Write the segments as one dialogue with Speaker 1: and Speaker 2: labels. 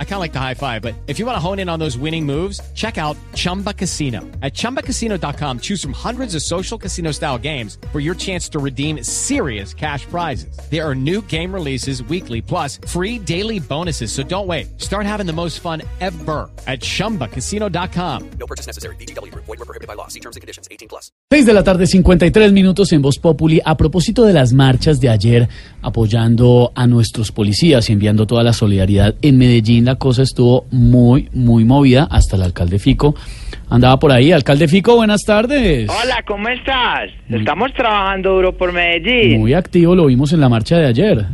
Speaker 1: I kind of like the high five, but if you want to hone in on those winning moves, check out Chumba Casino. At chumbacasino.com, choose from hundreds of social casino style games for your chance to redeem serious cash prizes. There are new game releases weekly, plus free daily bonuses. So don't wait. Start having the most fun ever at chumbacasino.com.
Speaker 2: No purchase necessary. BGW. Void were prohibited by law. See terms and conditions. 18 plus.
Speaker 3: 6 de la tarde, 53 minutos en Voz Populi. A propósito de las marchas de ayer apoyando a nuestros policías y enviando toda la solidaridad en Medellín, la cosa estuvo muy, muy movida. Hasta el alcalde Fico andaba por ahí. Alcalde Fico, buenas tardes.
Speaker 4: Hola, ¿cómo estás? Estamos trabajando duro por Medellín.
Speaker 3: Muy activo, lo vimos en la marcha de ayer.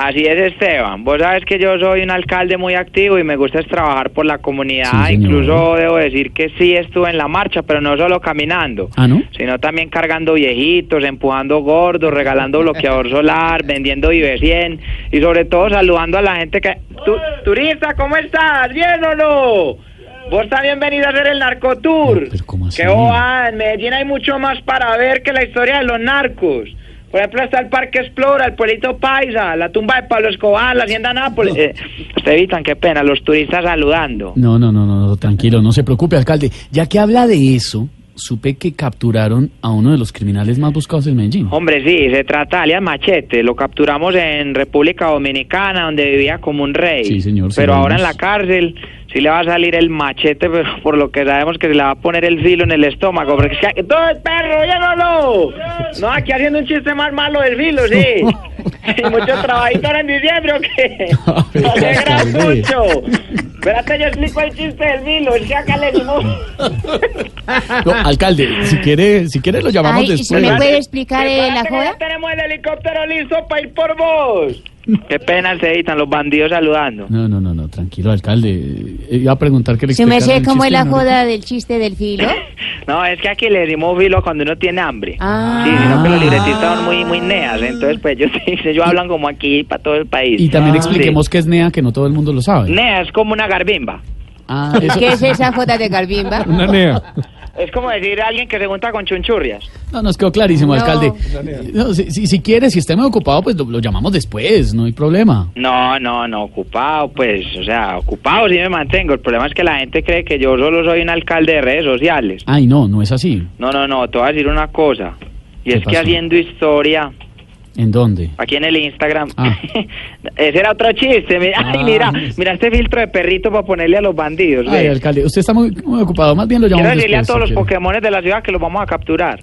Speaker 4: Así es, Esteban. Vos sabes que yo soy un alcalde muy activo y me gusta es trabajar por la comunidad.
Speaker 3: Sí, señor.
Speaker 4: Incluso debo decir que sí estuve en la marcha, pero no solo caminando,
Speaker 3: Ah, ¿no?
Speaker 4: sino también cargando viejitos, empujando gordos, regalando bloqueador solar, vendiendo Vive 100 y sobre todo saludando a la gente que... Tu- turista, ¿cómo estás? ¿Bien o no? Vos también venís a hacer el narcotour.
Speaker 3: Pero, ¿cómo así?
Speaker 4: Qué bobada, en Medellín hay mucho más para ver que la historia de los narcos. Por ejemplo, está el Parque Explora, el Pueblito Paisa, la tumba de Pablo Escobar, la Hacienda Nápoles. Eh, Ustedes evitan, qué pena, los turistas saludando.
Speaker 3: No, no, no, no, no, tranquilo, no se preocupe, alcalde. Ya que habla de eso, supe que capturaron a uno de los criminales más buscados en Medellín.
Speaker 4: Hombre, sí, se trata de Alias Machete. Lo capturamos en República Dominicana, donde vivía como un rey.
Speaker 3: Sí, señor, sí,
Speaker 4: Pero
Speaker 3: lo
Speaker 4: ahora en
Speaker 3: vimos.
Speaker 4: la cárcel sí le va a salir el machete, pero por lo que sabemos que se le va a poner el filo en el estómago. Porque es que... ¡Todo el perro! ¡Llévalo! No, aquí haciendo un chiste más malo del filo, sí. y muchos trabajadores en diciembre, ¿o qué?
Speaker 3: A ver,
Speaker 4: No se crean
Speaker 3: alcalde.
Speaker 4: mucho. Espérate, yo explico el chiste del filo. Es que acá le
Speaker 3: No, alcalde, si quiere, si quiere lo llamamos
Speaker 5: Ay, ¿y si
Speaker 3: después.
Speaker 5: me puede explicar eh, la joda?
Speaker 4: tenemos el helicóptero listo para ir por vos. Qué pena se editan los bandidos saludando.
Speaker 3: No, no, no, no, tranquilo, alcalde. Eh, Iba a preguntar que le
Speaker 5: Si me sé
Speaker 3: explicaran el
Speaker 5: cómo es la
Speaker 3: chiste, ¿no?
Speaker 5: joda del chiste del filo.
Speaker 4: No, es que aquí le dimos filo cuando uno tiene hambre.
Speaker 5: Ah.
Speaker 4: Sí, sino que los libretistas son muy, muy neas. Entonces, pues ellos, ellos hablan como aquí para todo el país.
Speaker 3: Y también
Speaker 4: Ah, Sí.
Speaker 3: expliquemos qué es NEA, que no todo el mundo lo sabe.
Speaker 4: Nea es como una garbimba.
Speaker 3: Ah, eso-
Speaker 5: ¿Qué es esa joda de Galvimba?
Speaker 3: Una NEA.
Speaker 4: Es como decir a alguien que se junta con chunchurrias.
Speaker 3: No, nos quedó clarísimo,
Speaker 5: No.
Speaker 3: alcalde. No, si, si, si quiere, si está muy ocupado, pues lo, lo llamamos después, no hay problema.
Speaker 4: No, no, no, ocupado, pues, o sea, ocupado sí me mantengo. El problema es que la gente cree que yo solo soy un alcalde de redes sociales.
Speaker 3: Ay, no, no es así.
Speaker 4: No, no, no, te voy a decir una cosa. Y
Speaker 3: ¿Qué
Speaker 4: es que
Speaker 3: pasó?
Speaker 4: haciendo historia,
Speaker 3: ¿En dónde?
Speaker 4: aquí en el Instagram,
Speaker 3: Ah.
Speaker 4: ese era otro chiste. Mira, ay,
Speaker 3: Ah.
Speaker 4: mira, mira este filtro de perrito para ponerle a los bandidos.
Speaker 3: Ay,
Speaker 4: Pues ve.
Speaker 3: alcalde, usted está muy, muy ocupado, más bien lo
Speaker 4: Quiero
Speaker 3: llamamos
Speaker 4: decirle a
Speaker 3: después.
Speaker 4: todos los
Speaker 3: si quiere.
Speaker 4: Pokémones de la ciudad que los vamos a capturar.